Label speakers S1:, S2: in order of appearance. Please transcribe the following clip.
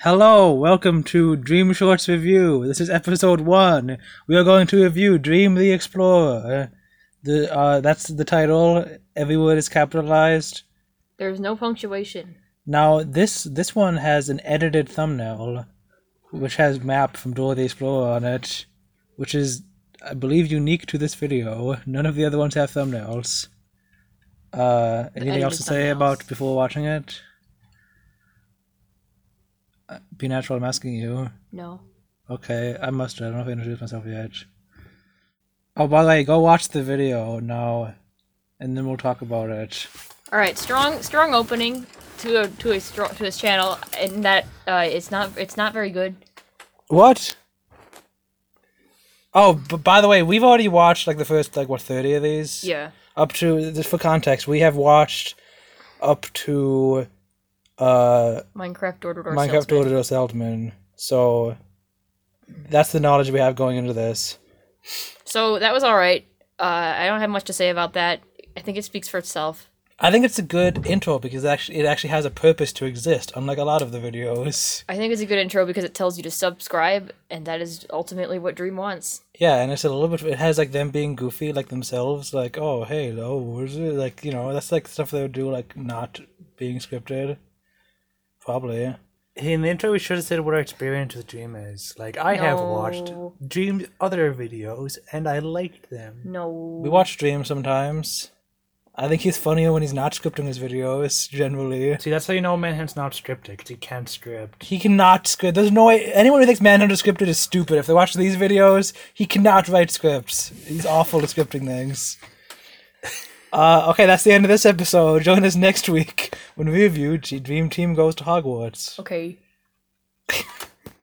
S1: Hello, welcome to Dream Shorts Review. This is episode one. We are going to review Dream the Explorer. Uh, The uh, that's the title. Every word is capitalized.
S2: There's no punctuation.
S1: Now this this one has an edited thumbnail, which has map from Dora the Explorer on it, which is I believe unique to this video. None of the other ones have thumbnails. Uh, anything else to
S2: edited
S1: say
S2: thumbnails.
S1: about before watching it? Uh, Be natural. I'm asking you.
S2: No.
S1: Okay, I must. I don't know if I introduced myself yet. Oh, by the way, go watch the video now, and then we'll talk about it.
S2: All right, strong strong opening to a, to a stro- to his channel, and that uh, it's not it's not very good.
S1: What? Oh, but by the way, we've already watched like the first like what thirty of these.
S2: Yeah.
S1: Up to just for context, we have watched up to uh
S2: Minecraft door to door.
S1: Minecraft
S2: salesman.
S1: Order Seldman. So that's the knowledge we have going into this.
S2: So that was all right. Uh, I don't have much to say about that. I think it speaks for itself.
S1: I think it's a good intro because it actually it actually has a purpose to exist, unlike a lot of the videos.
S2: I think it's a good intro because it tells you to subscribe, and that is ultimately what Dream wants.
S1: Yeah, and it's a little bit. It has like them being goofy, like themselves, like oh hey, oh, where's it? Like you know, that's like stuff they would do, like not being scripted. Probably.
S3: In the intro, we should have said what our experience with Dream is. Like, I have watched
S2: No.
S3: Dream's other videos, and I liked them.
S2: No.
S1: We watch Dream sometimes. I think he's funnier when he's not scripting his videos. Generally,
S3: See, that's how you know Manhunt's not scripted, 'cause he can't script.
S1: he cannot script. There's no way anyone who thinks Manhunter scripted is stupid. If they watch these videos, he cannot write scripts. He's awful at scripting things. Uh, okay, that's the end of this episode. Join us next week when we review G- Dream Team Goes to Hogwarts.
S2: Okay.